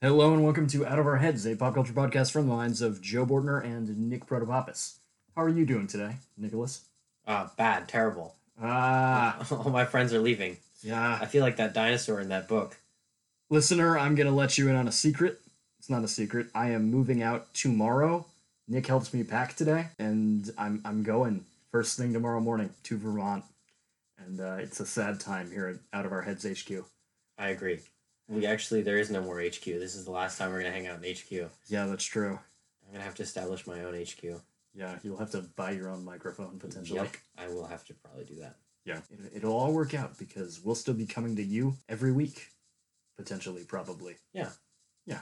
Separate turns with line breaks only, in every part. Hello and welcome to Out of Our Heads, a pop culture podcast from the lines of Joe Bortner and Nick Protopopis. How are you doing today, Nicholas?
Uh, bad, terrible.
Ah,
All my friends are leaving. I
yeah.
feel like that dinosaur in that book.
Listener, I'm going to let you in on a secret. It's not a secret. I am moving out tomorrow. Nick helps me pack today, and I'm, I'm going first thing tomorrow morning to Vermont. And uh, it's a sad time here at Out of Our Heads HQ.
I agree. We actually, there is no more HQ. This is the last time we're going to hang out in HQ. I'm
Yeah, that's true.
going to have to establish my own HQ.
Yeah, you'll have to buy your own microphone potentially.
Yep, I will have to probably do that.
Yeah. It, it'll all work out because we'll still be coming to you every week, potentially, probably.
Yeah, yeah.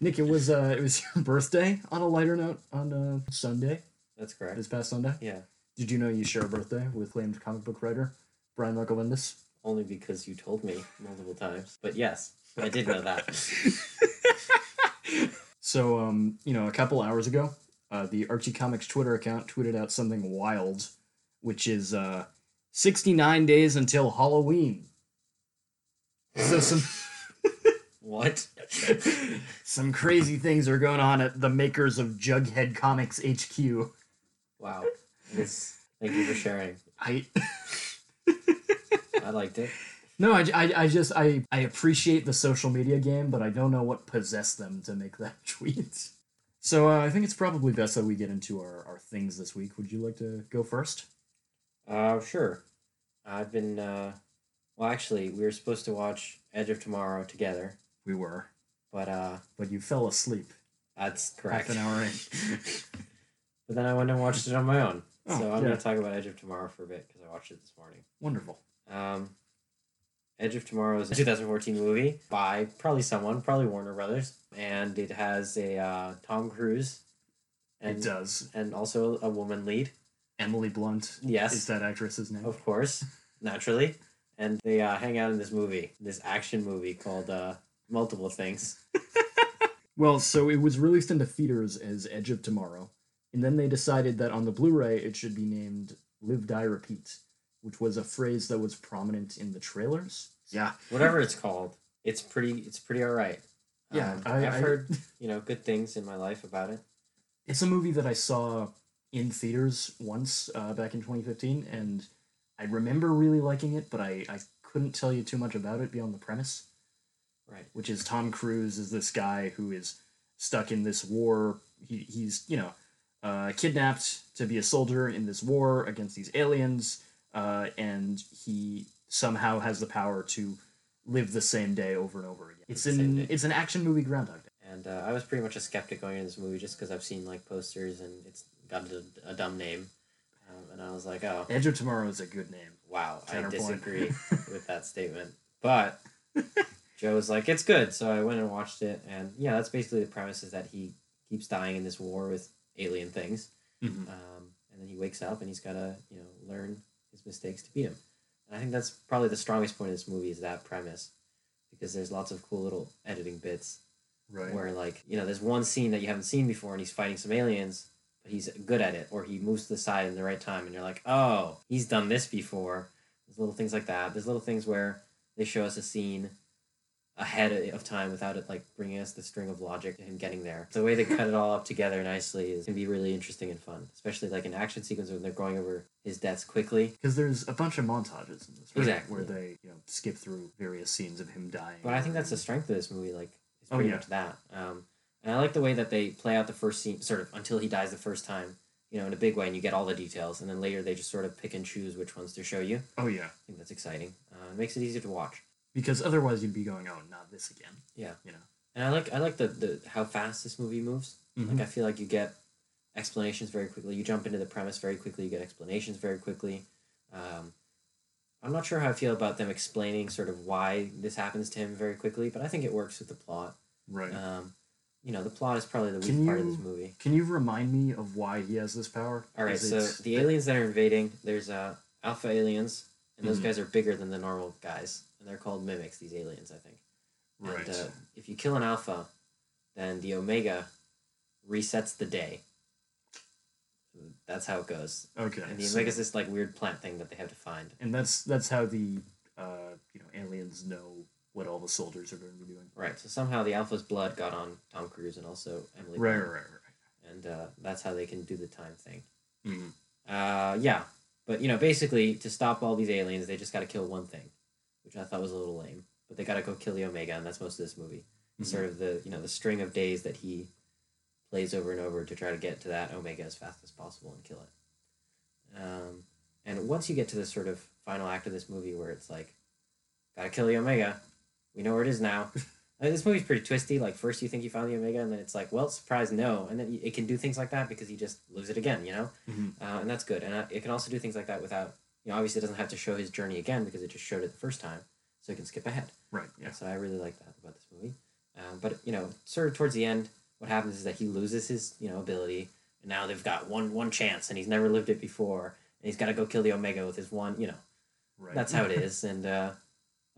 Nick, it was uh, it was your birthday. On a lighter note, on uh, Sunday,
That's correct.
this past Sunday,
Yeah,
did you know you share a birthday with acclaimed comic book writer Brian Michael Bendis?
only because you told me multiple times. But yes, I did know that.
So, um, you know, a couple hours ago, uh, the Archie Comics Twitter account tweeted out something wild, which is uh, 69 days until Halloween. So some.
What?
Some crazy things are going on at the makers of Jughead Comics HQ.
wow. This, thank you for sharing.
I
I liked it.
no, I, I, I just I, I appreciate the social media game, but I don't know what possessed them to make that tweet. So uh, I think it's probably best that we get into our, our things this week. Would you like to go first?
Uh, sure. I've been, uh, well, actually, we were supposed to watch Edge of Tomorrow together,
We were,
but, uh,
but you fell asleep
that's correct.
half an hour in.
But then I went and watched it on my own.
Oh,
so I'm
yeah.
going to talk about Edge of Tomorrow for a bit because I watched it this morning.
Wonderful.
Um, Edge of Tomorrow is a 2014 movie by probably someone, probably Warner Brothers, and it has a uh, Tom Cruise
it
and
does.
and also a woman lead.
Emily Blunt
Yes,
is that actress's name?
of course, naturally. And they uh, hang out in this movie, this action movie called uh, Multiple Things.
Well, so it was released into theaters as Edge of Tomorrow, and then they decided that on the Blu-ray it should be named Live Die Repeat, which was a phrase that was prominent in the trailers. Yeah.
Whatever it's called, it's pretty. It's pretty all right.
Yeah,
Um,
I-
I've
I-
heard you know good things in my life about it.
It's a movie that I saw in theaters once uh, back in 2015, and I remember really liking it, but I, I couldn't tell you too much about it beyond the premise.
Right.
which is Tom Cruise is this guy who is stuck in this war. He, he's you know uh, kidnapped to be a soldier in this war against these aliens, uh, and he somehow has the power to live the same day over and over again. It's
The same
an
day.
it's an action movie Groundhog Day.
And uh, I was pretty much a skeptic going into this movie just because I've seen like posters and it's got a, a dumb name, um, and I was like, oh
Edge of Tomorrow is a good name.
wow, I
Eh, Counterpoint.
disagree with that statement. But Joe was like, it's good, so I went and watched it, and yeah, that's basically the premise is that he keeps dying in this war with alien things, um, and then he wakes up and he's got to you know learn his mistakes to beat him. And I think that's probably the strongest point of this movie is that premise, because there's lots of cool little editing bits
Right.
where like you know there's one scene that you haven't seen before and he's fighting some aliens but he's good at it or he moves to the side in the right time and you're like oh he's done this before there's little things like that there's little things where they show us a scene ahead of time without it like bringing us the string of logic to him getting there the way they cut it all up together nicely is can be really interesting and fun especially like an action sequence when they're going over his deaths quickly
Because there's a bunch of montages in this, right?
Exactly.
where they you know skip through various scenes of him dying.
But I think that's the strength of this movie. Like, it's
Oh,
pretty
yeah.
much that. Um, and I like the way that they play out the first scene, sort of until he dies the first time, you know, in a big way, and you get all the details. And then later they just sort of pick and choose which ones to show you. I
oh yeah,
think that's exciting. Uh, it makes it easier to watch.
because otherwise you'd be going, oh, not this again.
Yeah.
You know.
And I like I like the, the how fast this movie moves.
Mhm.
Like I feel like you get explanations very quickly. You jump into the premise very quickly. You get explanations very quickly. Um, I'm not sure how I feel about them explaining sort of why this happens to him very quickly, but I think it works with the plot.
Right.
Um, you know, the plot is probably the weak
Can
part of
you-
this movie.
Can you remind me of why he has this power?
All right,
Is
so
it-
the aliens that are invading, there's uh, alpha aliens, and those
Mhm.
guys are bigger than the normal guys, and they're called mimics. These aliens, I think.
right,
And, uh, if you kill an alpha, then the omega resets the day. That's how it goes.
okay,
uh, And the
so-
omega is this like weird plant thing that they have to find.
and that's that's how the uh, you know aliens know what all the soldiers are going to be doing.
Right. So somehow the Alpha's blood got on Tom Cruise and also Emily.
Right, right,
Blunt,
right,
And uh, that's how they can do the time thing.
right. Mm.
Uh, yeah. But, you know, basically, to stop all these aliens, they just got to kill one thing, which I thought was a little lame. But they got to go kill the Omega, and that's most of this movie. It's Sort of the, you know, the string of days that he plays over and over to try to get to that Omega as fast as possible and kill it. Um, and once you get to this sort of final act of this movie where it's like, got to kill the Omega. We know where it is now. I mean, this movie's pretty twisty. Like, first you think you found the Omega, and then it's like, well, surprise, no. And then it can do things like that because he just lives it again, you know?
Mhm.
Uh, and that's good. And uh, it can also do things like that without, you know, obviously it doesn't have to show his journey again because it just showed it the first time. So it can skip ahead.
Right. Yeah.
So I really like that about this movie. Um, but you know, sort of towards the end, what happens is that he loses his you know ability, and now they've got one one chance, and he's never lived it before, and he's got to go kill the Omega with his one. You know,
Right.
that's how it is. And uh,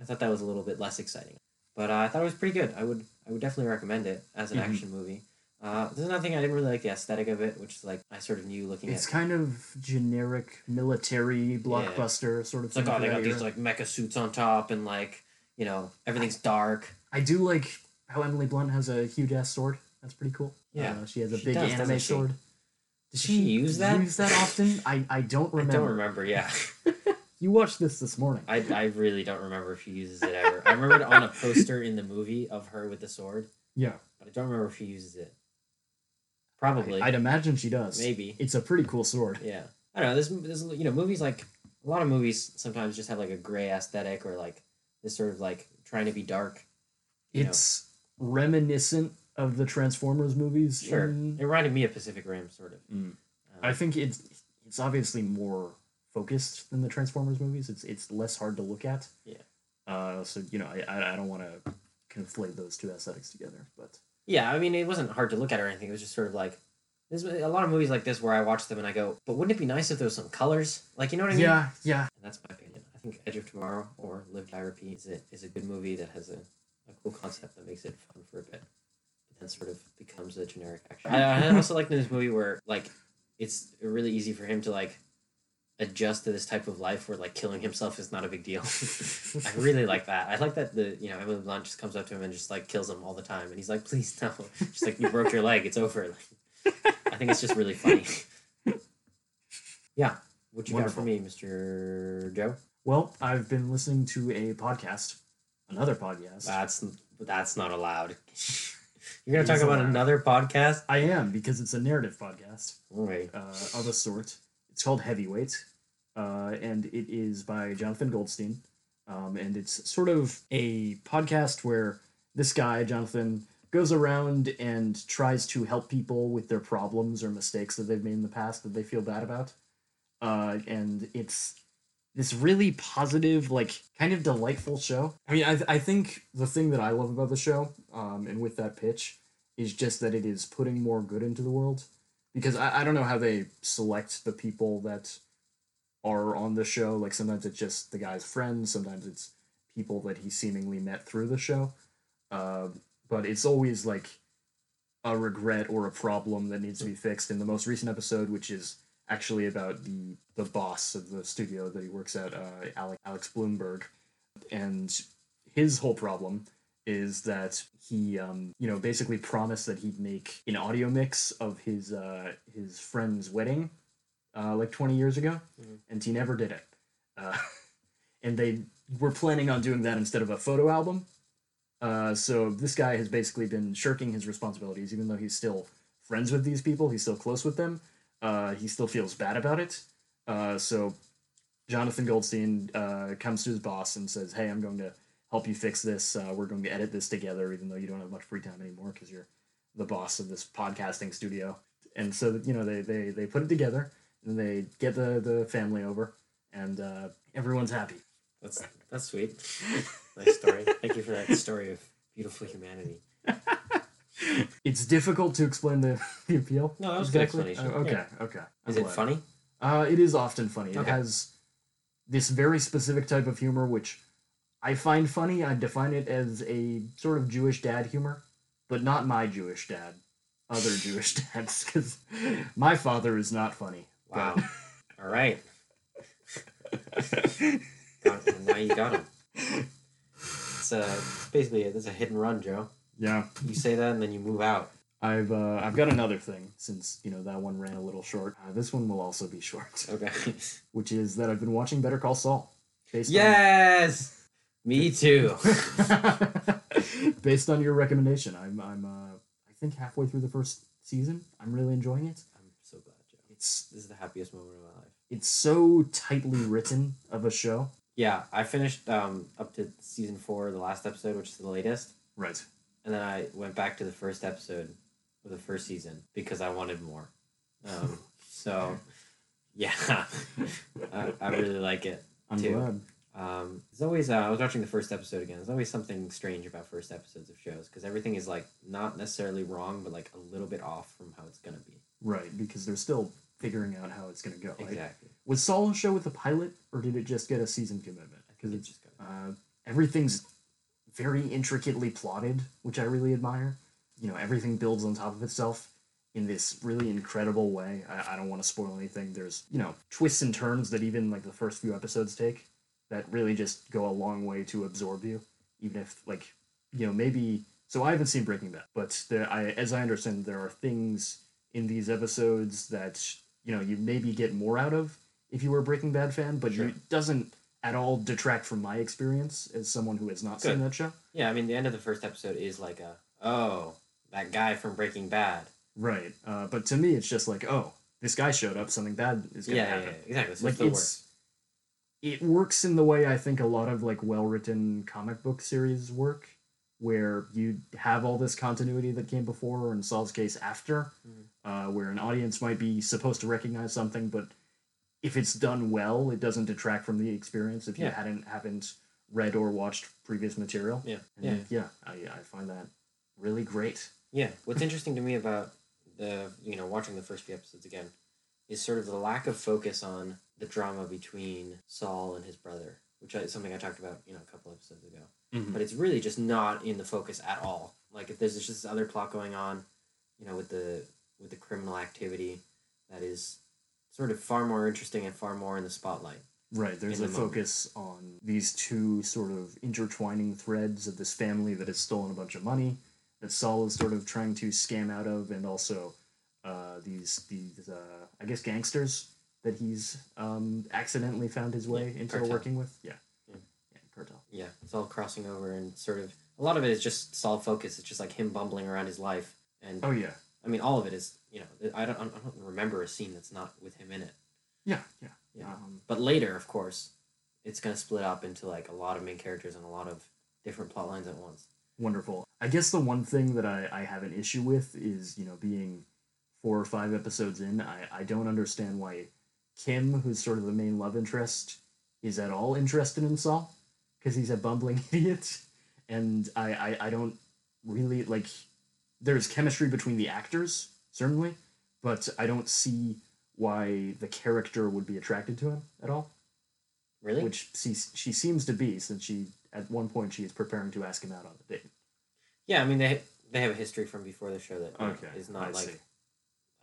I thought that was a little bit less exciting, but uh, I thought it was pretty good. I would I would definitely recommend it as an
Mhm.
action movie. Uh, there's another thing I didn't really like the aesthetic of it, which is like I sort of knew looking
It's
at.
kind of generic military blockbuster sort of
It's like
thing.
oh
for
they
that
got these
era.
like mecha suits on top and like you know everything's dark.
I do like how Emily Blunt has a huge ass sword. That's pretty cool.
Yeah,
Uh, she has a
she
big
does, doesn't
anime
she?
sword. Does
she use that?
Use that often? I, I don't remember.
I don't remember. Yeah.
You watched this this morning.
I, I really don't remember if she uses it ever. I remember it on a poster in the movie of her with the sword,
yeah,
but I don't remember if she uses it. Probably,
I'd imagine she does.
maybe,
It's a pretty cool sword.
yeah. I don't know. This, this, you know, movies like a lot of movies sometimes just have like a gray aesthetic or like this sort of like trying to be dark. you know.
It's reminiscent of the Transformers movies.
sure.
in-
It reminded me of Pacific Rim, sort of.
Mm.
Um,
I think it's it's obviously more focused than the Transformers movies. It's it's less hard to look at.
Yeah.
Uh, so you know, I I I don't want to conflate those two aesthetics together, but
Yeah, I mean, it wasn't hard to look at or anything. It was just sort of like there's a lot of movies like this where I watch them and I go, but wouldn't it be nice if there was some colors? Like, you know what I mean?
yeah, yeah.
And that's my opinion. I think Edge of Tomorrow or Live Die Repeat is a, is a good movie that has a, a cool concept that makes it fun for a bit. But then sort of becomes a generic action. I, I also liked in this movie where like it's really easy for him to like adjust to this type of life where like killing himself is not a big deal. I really like that. I like that the you know Emily Blunt just comes up to him and just like kills him all the time, and he's like, "Please no." She's like, "You broke your leg. It's over." Like, I think it's just really funny. yeah. What you
Wonderful.
got for me, Mister Joe?
Well, I've been listening to a podcast, another podcast.
That's that's not allowed. You're gonna
It
talk
is
about
allowed.
another podcast? Oh,
I am because it's a narrative podcast
All right.
uh, of a sort. It's called Heavyweight, uh, and it is by Jonathan Goldstein. Um, and it's sort of a podcast where this guy, Jonathan, goes around and tries to help people with their problems or mistakes that they've made in the past that they feel bad about. Uh, and it's this really positive, like kind of delightful show. I mean, I, I think the thing that I love about the show, um, and with that pitch, is just that it is putting more good into the world. Because I, I don't know how they select the people that are on the show. Like sometimes it's just the guy's friends, sometimes it's people that he seemingly met through the show. Uh, but it's always like a regret or a problem that needs to be fixed. In the most recent episode, which is actually about the the boss of the studio that he works at, uh, Alex, Alex Bloomberg, and his whole problem is that he, um, you know, basically promised that he'd make an audio mix of his uh, his friend's wedding, uh, like twenty years ago,
Mhm.
and he never did it. Uh, and they were planning on doing that instead of a photo album. Uh, so this guy has basically been shirking his responsibilities, even though he's still friends with these people. He's still close with them. Uh, he still feels bad about it. Uh, so Jonathan Goldstein uh, comes to his boss and says, "Hey, I'm going to help you fix this. Uh, we're going to edit this together, even though you don't have much free time anymore because you're the boss of this podcasting studio." And so you know they they they put it together and they get the the family over and uh, everyone's happy.
That's that's sweet. nice story. Thank you for that story of beautiful humanity.
It's difficult to explain the, the appeal.
No, that was a good
exactly.
explanation.
Oh, okay,
Yeah.
okay. I'm
Is it
glad.
funny?
Uh, it is often funny. It
Okay.
has this very specific type of humor, which I find funny. I define it as a sort of Jewish dad humor, but not my Jewish dad, other Jewish dads, because my father is not funny.
Wow. All right. got, now you got him. It's, uh, it's basically it's a hit and run, Joe.
Yeah,
You say that and then you move out.
I've uh, I've got another thing since you know that one ran a little short. Uh, this one will also be short,
Okay.
which is that I've been watching Better Call Saul. Based on-
yes. Me too.
based on your recommendation, I'm I'm uh, I think halfway through the first season. I'm really enjoying it.
I'm so glad, Joe.
It's
This is the happiest moment of my life.
it's so tightly written of a show.
Yeah, I finished um, up to season four, the last episode, which is the latest,
Right.
and then I went back to the first episode of the first season because I wanted more. Um, so, yeah, I, I really like it.
I'm
Two.
glad.
Um, there's always uh, I was watching the first episode again. There's always something strange about first episodes of shows because everything is like not necessarily wrong, but like a little bit off from how it's gonna be.
Right, because they're still figuring out how it's going to go. Right?
Exactly.
Was Saul a show with a pilot, or did it just get a season commitment? Because
It
it's
just got-
uh, everything's very intricately plotted, which I really admire. You know, everything builds on top of itself in this really incredible way. I, I don't want to spoil anything. There's you know twists and turns that even like the first few episodes take that really just go a long way to absorb you, even if like you know maybe. So I haven't seen Breaking Bad, but there, I, as I understand, there are things in these episodes that you know you maybe get more out of if you were a Breaking Bad fan, but
Sure.
it doesn't at all detract from my experience as someone who has not seen
Good.
that show.
yeah, I mean the end of the first episode is like a oh that guy from Breaking Bad.
Right. Uh, but to me, it's just like, oh, this guy showed up. Something bad is
Yeah,
going to
yeah,
happen.
yeah, exactly. So
Like
it's the
it's.
worst.
It works in the way I think a lot of like well-written comic book series work, where you have all this continuity that came before, or in Saul's case, after,
Mhm.
uh, where an audience might be supposed to recognize something, but if it's done well, it doesn't detract from the experience if you
Yeah.
hadn't haven't read or watched previous material.
Yeah, yeah.
And yeah, I, I find that really great.
Yeah, what's interesting to me about the you know watching the first few episodes again is sort of the lack of focus on the drama between Saul and his brother, which is something I talked about you know a couple episodes ago. But it's really just not in the focus at all. Like if there's just this other plot going on, you know, with the with the criminal activity that is sort of far more interesting and far more in the spotlight.
Right, there's
in
a
the moment.
focus on these two sort of intertwining threads of this family that has stolen a bunch of money that Saul is sort of trying to scam out of, and also uh, these these uh, I guess gangsters that he's um, accidentally found his way
Yeah,
into
cartel.
working with. Yeah,
Yeah.
yeah, cartel.
yeah, it's all crossing over and sort of a lot of it is just Saul focus. It's just like him bumbling around his life, and
Oh yeah,
I mean all of it is you know I don't I don't remember a scene that's not with him in it.
yeah, yeah.
Yeah.
Um,
But later, of course, it's gonna split up into like a lot of main characters and a lot of different plot lines at once.
wonderful. I guess the one thing that I, I have an issue with is, you know, being four or five episodes in, I, I don't understand why Kim, who's sort of the main love interest, is at all interested in Saul because he's a bumbling idiot. And I, I, I don't really like, there's chemistry between the actors, certainly, but I don't see why the character would be attracted to him at all
Really?
which she, she seems to be since she at one point she is preparing to ask him out on a date
yeah, I mean they they have a history from before the show that you know, is not
I
like
see.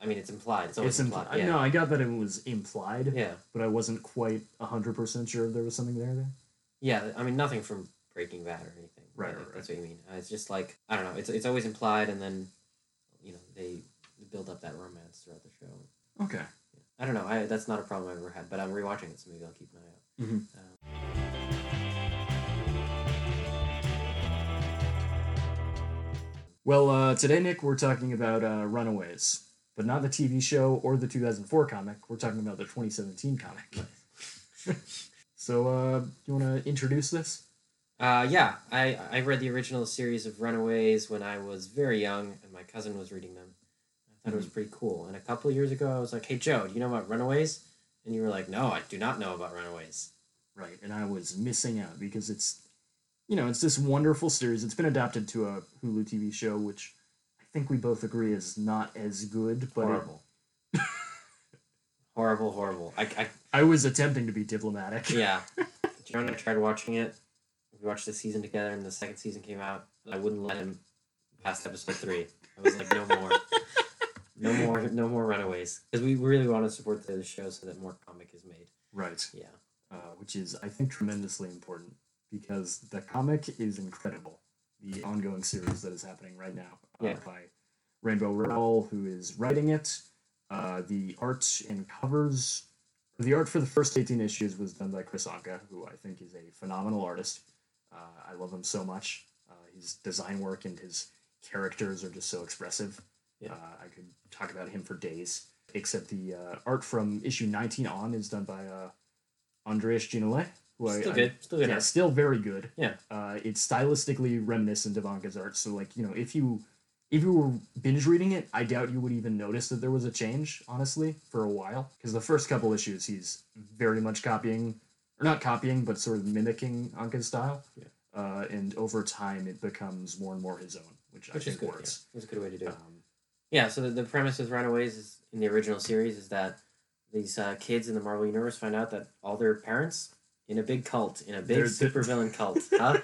I mean it's implied. It's
it's
always implied.
implied
Yeah.
no i got that it was implied
yeah,
but i wasn't quite 100% sure if there was something there there
yeah. I mean nothing from Breaking Bad or anything.
Right,
I
right,
think That's what you mean. Uh, It's just like I don't know. It's it's always implied, and then you know they build up that romance throughout the show.
okay
I don't know. I that's not a problem I've ever had, but I'm rewatching it, so maybe I'll keep an eye out.
Mhm.
Um,
well uh, today nick we're talking about uh, runaways but not the tv show or the 2004 comic we're talking about the 2017 comic so uh, you want to introduce this
Uh, yeah, I, I read the original series of Runaways when I was very young, and my cousin was reading them. I thought it
Mm-hmm.
was pretty cool. And a couple years ago, I was like, "Hey, Joe, do you know about Runaways?" And you were like, "No, I do not know about Runaways."
right and i was missing out because it's you know it's this wonderful series it's been adapted to a hulu tv show which i think we both agree is not as good but it-
horrible, horrible, horrible. I, I
i was attempting to be diplomatic
yeah. Joe and I tried watching it. We watched the season together, and the second season came out. I wouldn't let him past episode three. I was like, "No more." No more, no more runaways, because we really want to support the other show so that more comic is made.
right
Yeah,
uh, which is i think tremendously important because the comic is incredible. The ongoing series that is happening right now uh,
Yeah.
by Rainbow Rowell, who is writing it. Uh, the art and covers, the art for the first 18 issues was done by Chris Anka, who I think is a phenomenal artist. Uh, I love him so much. Uh, his design work and his characters are just so expressive.
Yeah.
Uh, I could talk about him for days. Except the uh, art from issue 19 on is done by uh, Andreas Ginolet, who I,
Still
I
good. Still good.
yeah,
art.
still very good.
Yeah.
Uh, it's stylistically reminiscent of Anka's art. So like, you know, if you if you were binge reading it, I doubt you would even notice that there was a change, honestly, for a while. Because the first couple issues he's very much copying or not copying, but sort of mimicking Anka's style.
Yeah.
Uh, and over time it becomes more and more his own, which, I
Which is
think
good. Yeah.
works.
That's a good way to do it.
Um,
Yeah, so the, the premise with Runaways is, in the original series is that these uh, kids in the Marvel Universe find out that all their parents in a big cult, in a big
They're-
supervillain cult. Huh?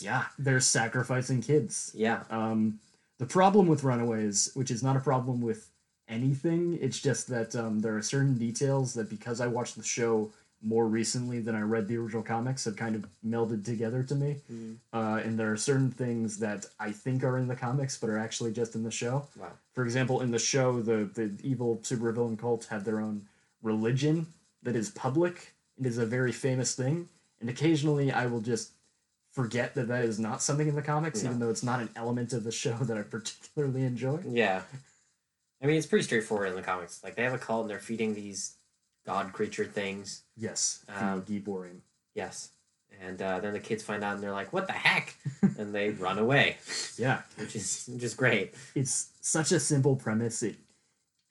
yeah, they're sacrificing kids.
Yeah.
Um, the problem with Runaways, which is not a problem with anything, it's just that um, there are certain details that because I watched the show more recently than I read the original comics have kind of melded together to me.
Mm.
Uh, and there are certain things that I think are in the comics but are actually just in the show.
Wow.
For example, in the show, the, the evil supervillain cult have their own religion that is public and is a very famous thing. And occasionally I will just forget that that is not something in the comics, even though it's not an element of the show that I particularly enjoy.
Yeah. I mean, it's pretty straightforward in the comics. Like, they have a cult and they're feeding these god creature things.
Yes,
Um,
um, Giborim.
Yes. And uh, then the kids find out and they're like, what the heck? and they run away,
Yeah,
which is just great.
it's such a simple premise. It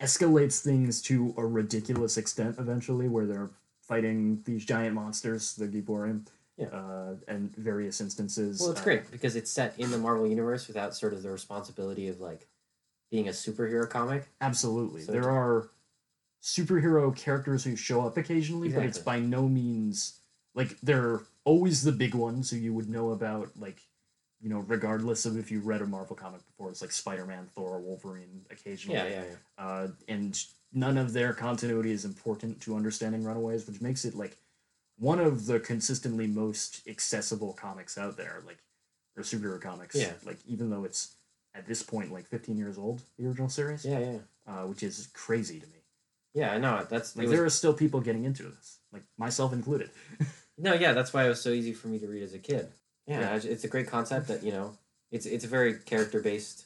escalates things to a ridiculous extent eventually, where they're fighting these giant monsters, the Giborim,
Yeah.
uh, and various instances.
Well, it's
uh,
great because it's set in the Marvel Universe without sort of the responsibility of, like, being a superhero comic.
Absolutely.
So it-
there are superhero characters who show up occasionally, but it's
Exactly.
by no means like they're always the big ones who you would know about, like, you know, regardless of if you read a Marvel comic before. It's like Spider Man, Thor, Wolverine occasionally.
Yeah, yeah, yeah.
Uh, and none of their continuity is important to understanding Runaways, which makes it like one of the consistently most accessible comics out there, like or superhero comics.
Yeah.
Like even though it's at this point like 15 years old, the original series
Yeah, yeah.
uh, which is crazy to me.
Yeah, I know. That's it
Like
was-
there are still people getting into this, like myself included.
no, yeah. That's why it was so easy for me to read as a kid. Yeah,
Yeah.
it's- it's a great concept that you know, it's it's a very character based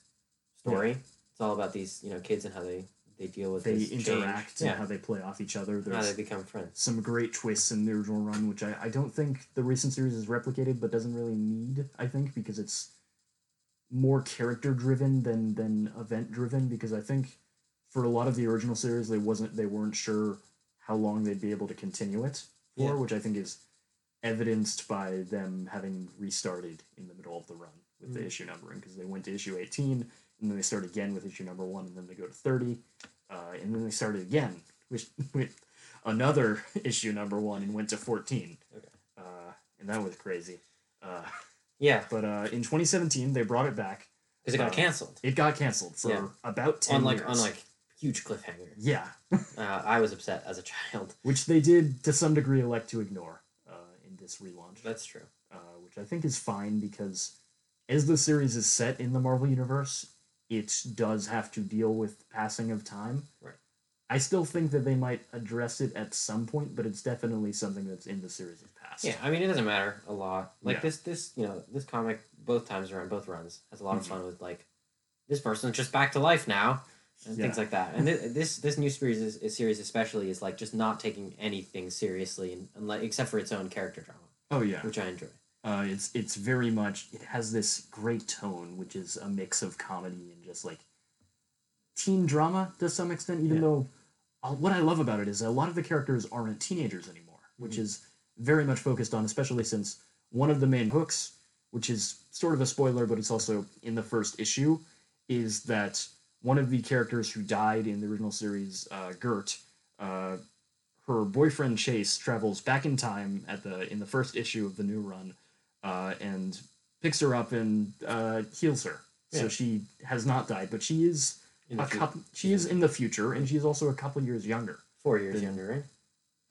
story. It's all about these you know kids and how they they deal with
They
this change.
interact and
Yeah,
how they play off each other.
how they
There's
become friends.
some great twists in the original run, which I, I don't think the recent series is replicated, but doesn't really need. I think because it's more character driven than than event driven. Because I think for a lot of the original series, they wasn't they weren't sure how long they'd be able to continue it for,
Yeah.
which I think is evidenced by them having restarted in the middle of the run with the
Mm.
issue numbering because they went to issue 18 and then they start again with issue number one and then they go to 30 uh, and then they started again with, with another issue number one and went to 14
Okay.
uh, and that was crazy uh,
Yeah,
but uh, in 2017 they brought it back
because it got
Uh,
canceled
it got canceled for
Yeah.
about 10
on like
years
on like huge cliffhanger.
yeah
Uh, I was upset as a child.
which they did to some degree elect to ignore uh, in this relaunch
That's true.
uh, which I think is fine because as the series is set in the Marvel Universe, it does have to deal with passing of time.
Right.
I still think that they might address it at some point, but it's definitely something that's in the series' past.
Yeah, I mean it doesn't matter a lot. Like
Yeah.
this, this you know this comic both times around both runs has a lot of
Mhm.
fun with like this person's just back to life now and things
Yeah.
like that. And thi- this this new series is, is series especially is like just not taking anything seriously and, and like, except for its own character drama,
Oh yeah.
which I enjoy.
Uh, it's it's very much it has this great tone, which is a mix of comedy and just like teen drama to some extent. Even
Yeah.
though uh, what I love about it is a lot of the characters aren't teenagers anymore, which
Mhm.
is very much focused on, especially since one of the main hooks, which is sort of a spoiler, but it's also in the first issue, is that one of the characters who died in the original series, uh, Gert, uh, her boyfriend Chase travels back in time at the in the first issue of the new run, uh, and picks her up and uh, heals her.
Yeah.
So she has not died, but she is
In the
a
few-
couple. She is in the future, and she's also a couple years younger.
four years
the-
younger, right?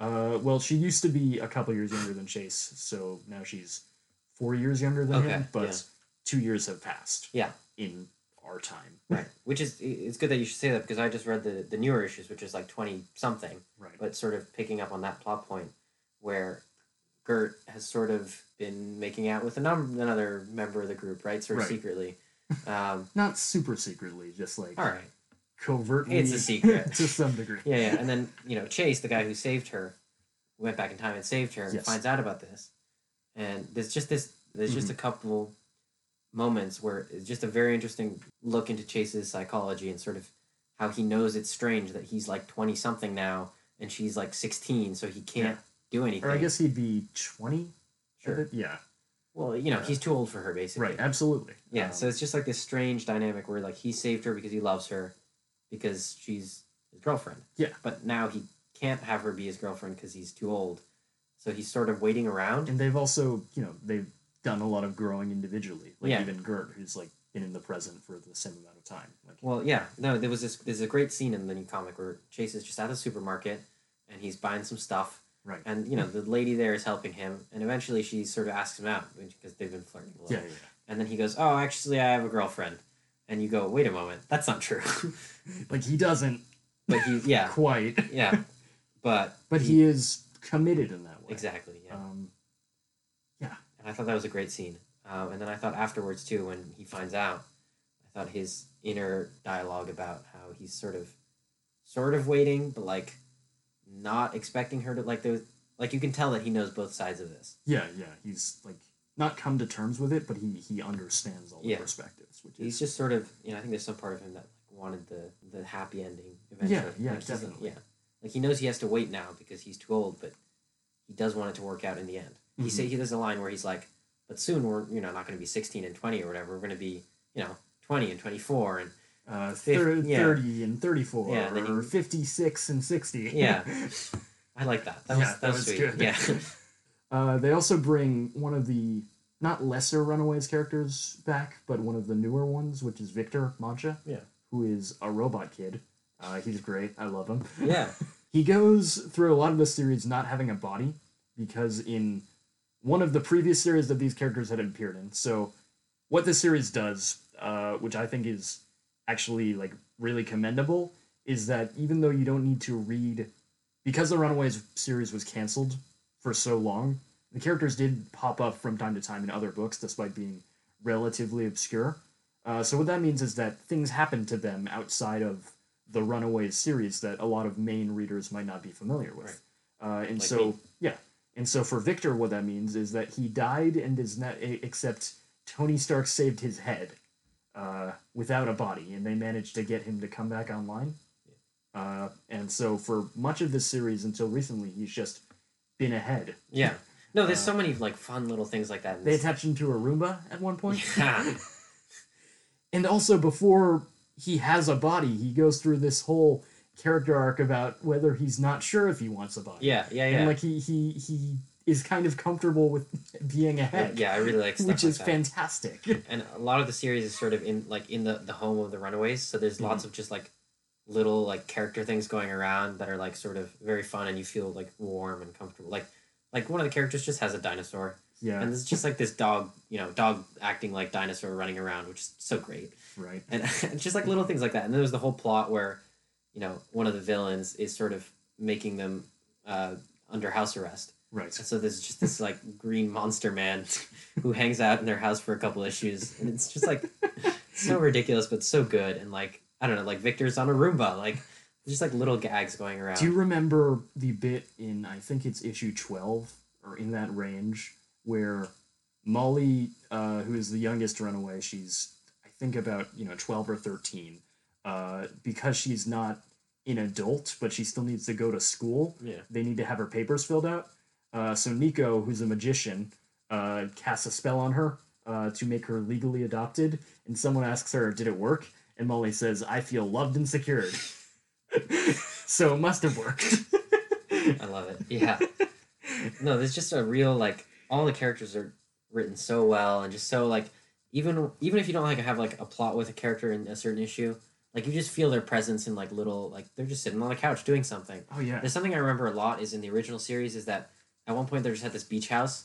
Uh, well, she used to be a couple years younger than Chase, so now she's four years younger than
Okay,
him, but
yeah.
two years have passed.
Yeah.
In our time.
Right. Which is it's good that you should say that because I just read the the newer issues, which is like twenty something,
Right.
but sort of picking up on that plot point where Gert has sort of been making out with a num- another member of the group, right? Sort of
Right.
secretly. Um,
Not super secretly, just like
all right.
covertly.
It's a secret.
to some degree.
Yeah, yeah. And then, you know, Chase, the guy who saved her, went back in time and saved her,
Yes.
finds out about this. And there's just this there's just
Mm-hmm.
a couple moments where it's just a very interesting look into Chase's psychology and sort of how he knows it's strange that he's like twenty something now and she's like sixteen, so he can't do anything.
Or I guess he'd be twenty. I
sure.
think. Yeah.
Well, you know,
Yeah.
he's too old for her basically.
Right. Absolutely.
Yeah,
Um,
so it's just like this strange dynamic where like he saved her because he loves her because she's his girlfriend.
Yeah.
But now he can't have her be his girlfriend because he's too old. So he's sort of waiting around.
and they've also you know they've done a lot of growing individually. Like
Yeah.
even Gert, who's like been in the present for the same amount of time. Like
Well, yeah, no, there was this there's a great scene in the new comic where Chase is just at the supermarket and he's buying some stuff
right.
and you know, the lady there is helping him and eventually she sort of asks him out because they've been flirting a little.
Yeah. Yeah. yeah.
And then he goes, "Oh, actually I have a girlfriend." And you go, "Wait a moment. That's not true."
Like he doesn't
but he yeah,
quite,
yeah. But
but he is committed in that way.
exactly, yeah.
Um,
And I thought that was a great scene. Um, and then I thought afterwards too, when he finds out, I thought his inner dialogue about how he's sort of, sort of waiting, but like, not expecting her to like those. Like you can tell that he knows both sides of this.
yeah. Yeah. He's like not come to terms with it, but he he understands all
Yeah.
the perspectives, which
He's
is
just sort of, you know, I think there's some part of him that like, wanted the the happy ending eventually.
yeah,
Like, he doesn't-
definitely.
Yeah, like he knows he has to wait now because he's too old, but he does want it to work out in the end.
Mm-hmm.
He say he does a line where he's like, "But soon we're you know not going to be 16 and 20 or whatever. We're going to be you know 20 and 24 and
uh,
fif-
thir-
yeah.
thirty and thirty four,
Yeah, and then
or
he-
fifty six and sixty.
Yeah. I like that. That was,
Yeah,
that was, sweet.
good.
Yeah.
Uh, they also bring one of the not lesser Runaways characters back, but one of the newer ones, which is Victor Mancha.
Yeah.
Who is a robot kid. Uh, he's great. I love him.
yeah.
He goes through a lot of the series not having a body because in one of the previous series that these characters had appeared in. So what this series does, uh, which I think is actually like really commendable, is that even though you don't need to read because the Runaways series was canceled for so long, the characters did pop up from time to time in other books despite being relatively obscure. Uh, so what that means is that things happen to them outside of the Runaways series that a lot of main readers might not be familiar with. Uh, and
Like
so
me.
yeah, and so for Victor, what that means is that he died and is not e, except Tony Stark saved his head uh, without a body, and they managed to get him to come back online. Uh, and so for much of this series until recently, he's just been ahead.
Yeah. No, there's so many like fun little things like that. In
Uh, They
this.
attached him to a Roomba at one point.
Yeah.
and also before he has a body, he goes through this whole character arc about whether he's not sure if he wants a body.
Yeah. Yeah.
And
Yeah.
like he he he is kind of comfortable with being a
yeah.
head.
yeah, I really like stuff
Which
like
is
that.
fantastic.
And a lot of the series is sort of in like in the the home of the Runaways, so there's lots of just like little like character things going around that are like sort of very fun, and you feel like warm and comfortable. Like like one of the characters just has a dinosaur,
Yeah.
and there's just like this dog, you know, dog acting like dinosaur running around, which is so great.
Right.
and it's just like little things like that. And then there's the whole plot where, you know, one of the villains is sort of making them uh, under house arrest.
Right.
And so there's just this like green monster man who hangs out in their house for a couple issues, and it's just like so ridiculous, but so good. And like I don't know, like Victor's on a Roomba, like just like little gags going around.
Do you remember the bit in I think it's issue twelve or in that range where Molly, uh, who is the youngest runaway, she's I think about you know twelve or thirteen, uh, because she's not an adult but she still needs to go to school.
yeah.
They need to have her papers filled out. Uh, so Nico, who's a magician, uh, casts a spell on her uh, to make her legally adopted, and someone asks her, "Did it work?" And Molly says, "I feel loved and secured." so it must have worked.
I love it. Yeah. No, there's just a real like all the characters are written so well and just so like even even if you don't like have like a plot with a character in a certain issue, like you just feel their presence in like little like they're just sitting on the couch doing something.
Oh yeah,
There's something I remember a lot is in the original series is that at one point they just had this beach house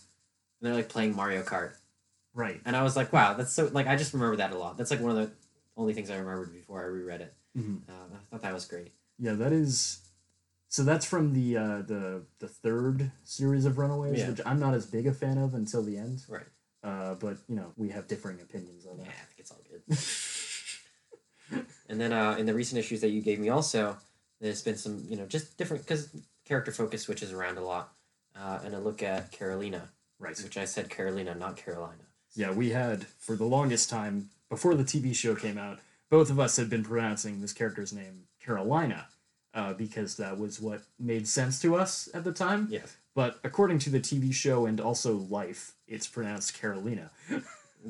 and they're like playing Mario Kart
Right.
And I was like, wow, that's so like I just remember that a lot. That's like one of the only things I remembered before I reread it.
Mhm.
Um, I thought that was great.
Yeah, that is. So that's from the uh, the the third series of Runaways,
Yeah.
which I'm not as big a fan of until the end.
Right.
Uh, but you know, we have differing opinions on
Yeah, I
that.
think it's all good. and then uh, in the recent issues that you gave me, also there's been some you know just different because character focus switches around a lot. Uh, and a look at Carolina,
Right.
which I said Carolina, not Carolina.
Yeah, we had for the longest time before the TV show came out, both of us had been pronouncing this character's name Carolina, uh, because that was what made sense to us at the time.
Yes.
But according to the TV show and also life, it's pronounced Carolina.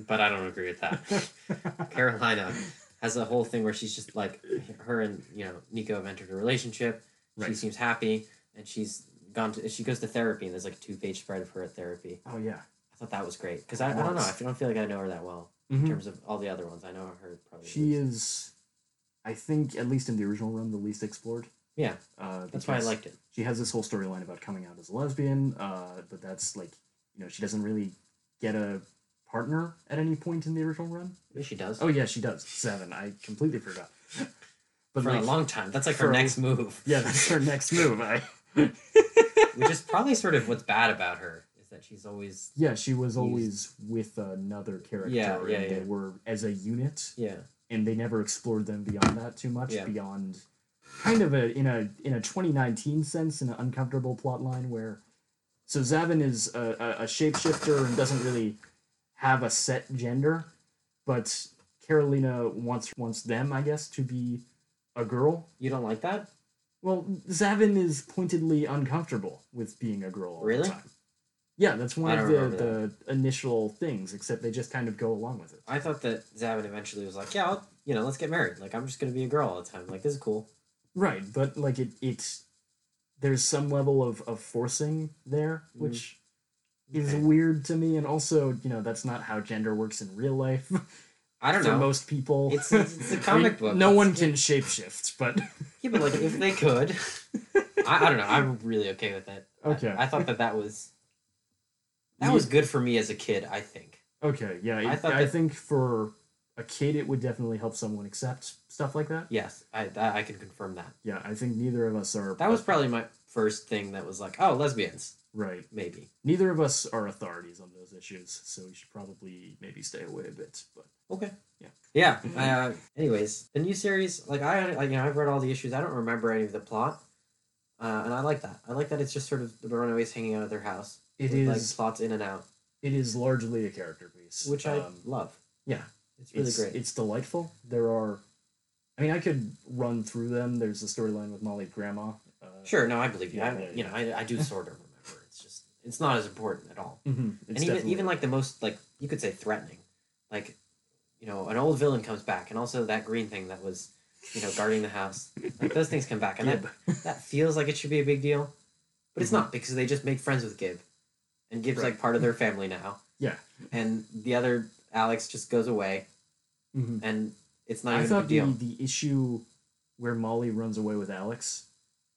but I don't agree with that. Carolina has a whole thing where she's just like her and you know Nico have entered a relationship. She
Right.
seems happy, and she's gone to she goes to therapy, and there's like a two page spread of her at therapy.
Oh yeah.
I thought that was great because I, I don't know I don't feel like I know her that well in
Mhm.
terms of all the other ones. I know her probably.
She is, I think, at least in the original run, the least explored.
Yeah.
Uh,
That's why I
because
liked it.
She has this whole storyline about coming out as a lesbian, uh, but that's like, you know, she doesn't really get a partner at any point in the original run.
Maybe she does
Oh yeah, she does. Seven. I completely forgot. But
for
like,
a long time. That's like
for
her
a-
next move,
yeah, that's her next move. I
which is probably sort of what's bad about her is that she's always
yeah, she was always with another character,
Yeah, yeah,
and they
yeah.
were as a unit,
yeah
and they never explored them beyond that too much.
Yeah.
Beyond kind of a in a in a 2019 sense, an uncomfortable plot line where so Zavin is a, a, a shapeshifter and doesn't really have a set gender, but Carolina wants wants them, I guess, to be a girl
you don't like that
Well, Zavin is pointedly uncomfortable with being a girl all
Really?
the time. Yeah, that's
I
one of
don't
the,
remember
the initial things, except they just kind of go along with it.
I thought that Zavin eventually was like, yeah, I'll, you know, let's get married. Like, I'm just gonna be a girl all the time. Like, this is cool.
Right, but like it it there's some level of, of forcing there,
Mhm.
which is
Okay.
weird to me, and also, you know, that's not how gender works in real life
I don't
for
know.
most people.
It's- it's a
I mean,
comic book,
No
that's-
one can shapeshift, but
yeah, but like, if they could, I, I don't know. I'm really okay with it. I-
Okay.
I, thought that that was that
Yeah.
was good for me as a kid. I think.
okay, yeah,
I
I,
thought
I
that-
think for a kid it would definitely help someone accept stuff like that.
Yes, I that, I can confirm that.
Yeah, I think neither of us are
That was probably my first thing that was like, oh, lesbians,
right.
maybe.
neither of us are authorities on those issues, so we should probably maybe stay away a bit. But
Okay.
Yeah. Mm-hmm.
Yeah. Uh, anyways, the new series, like I, I- you know, I've read all the issues. I don't remember any of the plot, uh, and I like that. I like that it's just sort of the Runaways hanging out at their house.
it
with,
is
like plots in and out,
it is largely a character piece,
which I
Um,
love.
yeah,
It's really
it's
great.
It's delightful. There are, I mean, I could run through them. There's the storyline with Molly Grandma. Uh,
sure, no, I believe you.
Yeah,
I,
yeah,
you know, I, I do sort of remember. It's just it's not as important at all.
mhm, it's
and even
definitely-
even like the most like you could say threatening, like you know, an old villain comes back, and also that green thing that was you know guarding the house. Like those things come back, and
Gib.
that that feels like it should be a big deal, but it's not because they just make friends with Gib, and Gib's
Mm-hmm. Right.
like part of their family now,
yeah.
and the other Alex just goes away,
mhm.
and it's not
I
even a
thought
big
the,
deal.
the issue where Molly runs away with Alex,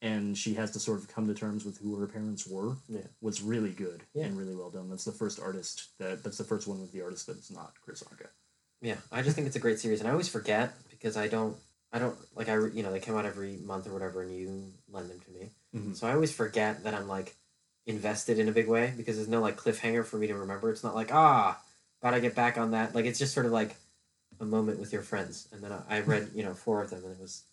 and she has to sort of come to terms with who her parents were.
Yeah.
Was really good
Yeah.
and really well done. That's the first artist that that's the first one with the artist that's not Chris Anka.
Yeah, I just think it's a great series, and I always forget because I don't, I don't like I, re- you know, they come out every month or whatever, and you lend them to me,
Mhm.
so I always forget that I'm like invested in a big way because there's no like cliffhanger for me to remember. It's not like ah, gotta get back on that. Like it's just sort of like a moment with your friends, and then I, I read you know four of them, and it was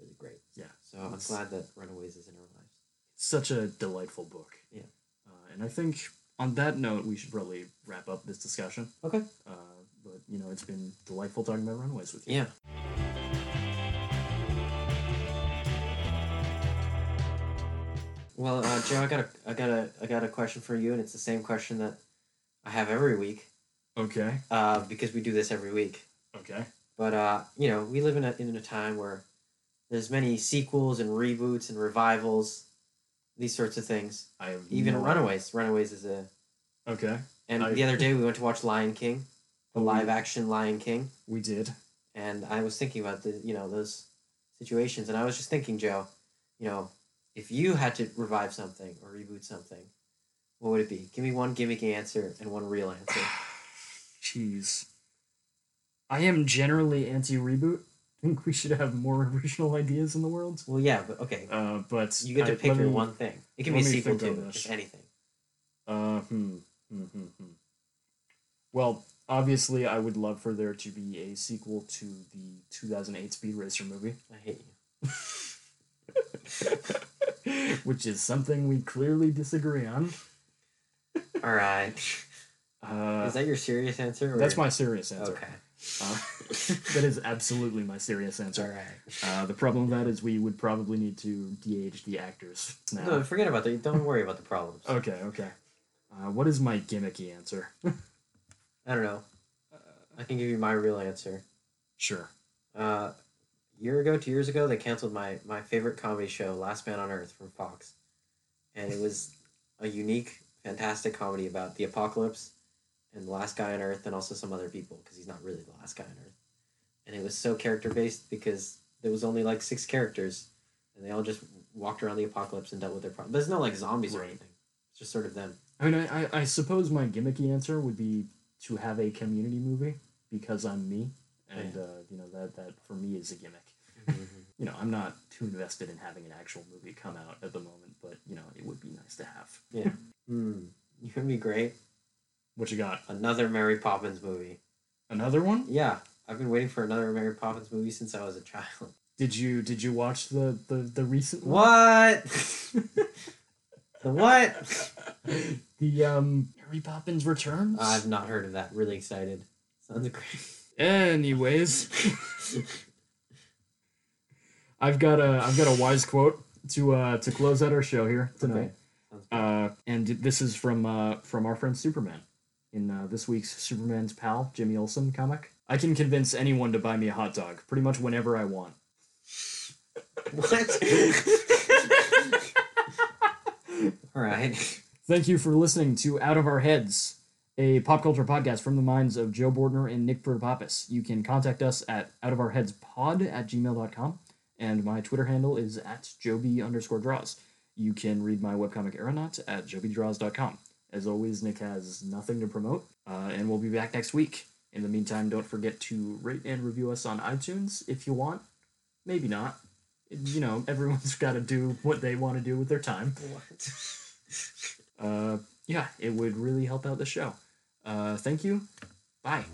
really great.
Yeah.
so I'm
It's-
glad that Runaways is in our lives.
such a delightful book.
Yeah.
Uh, and I think on that note, we should probably wrap up this discussion.
Okay.
Uh, but, you know, it's been delightful talking about Runaways with you.
Yeah. Well, uh, Joe, I got a, I got a, I got a question for you, and it's the same question that I have every week,
Okay.
uh, because we do this every week.
Okay.
But uh, you know, we live in a in a time where there's many sequels and reboots and revivals, these sorts of things.
I have
Even
no-
Runaways, Runaways is a.
Okay.
And
I-
the other day we went to watch Lion King, the
Oh, yeah.
live action Lion King.
We did.
and I was thinking about the you know those situations, and I was just thinking, Joe, you know, if you had to revive something or reboot something, what would it be? Give me one gimmicky answer and one real answer.
Jeez. I am generally anti reboot. I think we should have more original ideas in the world.
Well, yeah, but okay.
Uh, but
You get to
I-
pick
let
your
me-
one thing. It can be
let
a
me
sequel
think on
too,
this.
just anything.
Uh, hmm. Hmm, hmm, hmm. Well, obviously, I would love for there to be a sequel to the 2008 Speed Racer movie,
I hate you.
which is something we clearly disagree on.
All right.
Uh,
Is that your serious answer? Or?
that's my serious answer.
Okay.
Uh, that is absolutely my serious
It's all
answer.
right.
Uh, the problem with that is we would probably need to de-age the actors now.
No, forget about that. Don't worry about the problems.
Okay, okay. Uh, what is my gimmicky answer?
I don't know. I can give you my real answer.
Sure.
Uh, year ago, two years ago, they canceled my my favorite comedy show, Last Man on Earth, from Fox, and it was a unique, fantastic comedy about the apocalypse and the last guy on Earth, and also some other people because he's not really the last guy on Earth. And it was so character based because there was only like six characters, and they all just walked around the apocalypse and dealt with their problems. There's no like zombies or
Right.
anything. It's just sort of them.
I mean, I, I, I suppose my gimmicky answer would be to have a community movie because I'm me, and
Yeah.
uh, you know that that for me is a gimmick. You know, I'm not too invested in having an actual movie come out at the moment, but you know, it would be nice to have.
yeah. Hmm. You would be great.
What you got?
Another Mary Poppins movie.
Another one?
Yeah, I've been waiting for another Mary Poppins movie since I was a child.
Did you did you watch the the, the recent one?
What? the what?
the um Harry Poppins Returns?
I've not heard of that. Really excited. Sounds great.
Anyways, I've got a I've got a wise quote to uh, to close out our show here tonight,
Sounds good.
uh, and this is from uh, from our friend Superman in uh, this week's Superman's pal Jimmy Olsen comic. I can convince anyone to buy me a hot dog pretty much whenever I want.
What? All right.
Thank you for listening to Out of Our Heads, a pop culture podcast from the minds of Joe Bordner and Nick Protopopis. You can contact us at outofourheadspod at gmail.com, and my Twitter handle is at joby underscore draws. You can read my webcomic Aeronaut at jobydraws.com. As always, Nick has nothing to promote, uh, and we'll be back next week. In the meantime, don't forget to rate and review us on iTunes if you want. Maybe not. You know, everyone's got to do what they want to do with their time
What?
uh, yeah, it would really help out the show. Uh, thank you. Bye.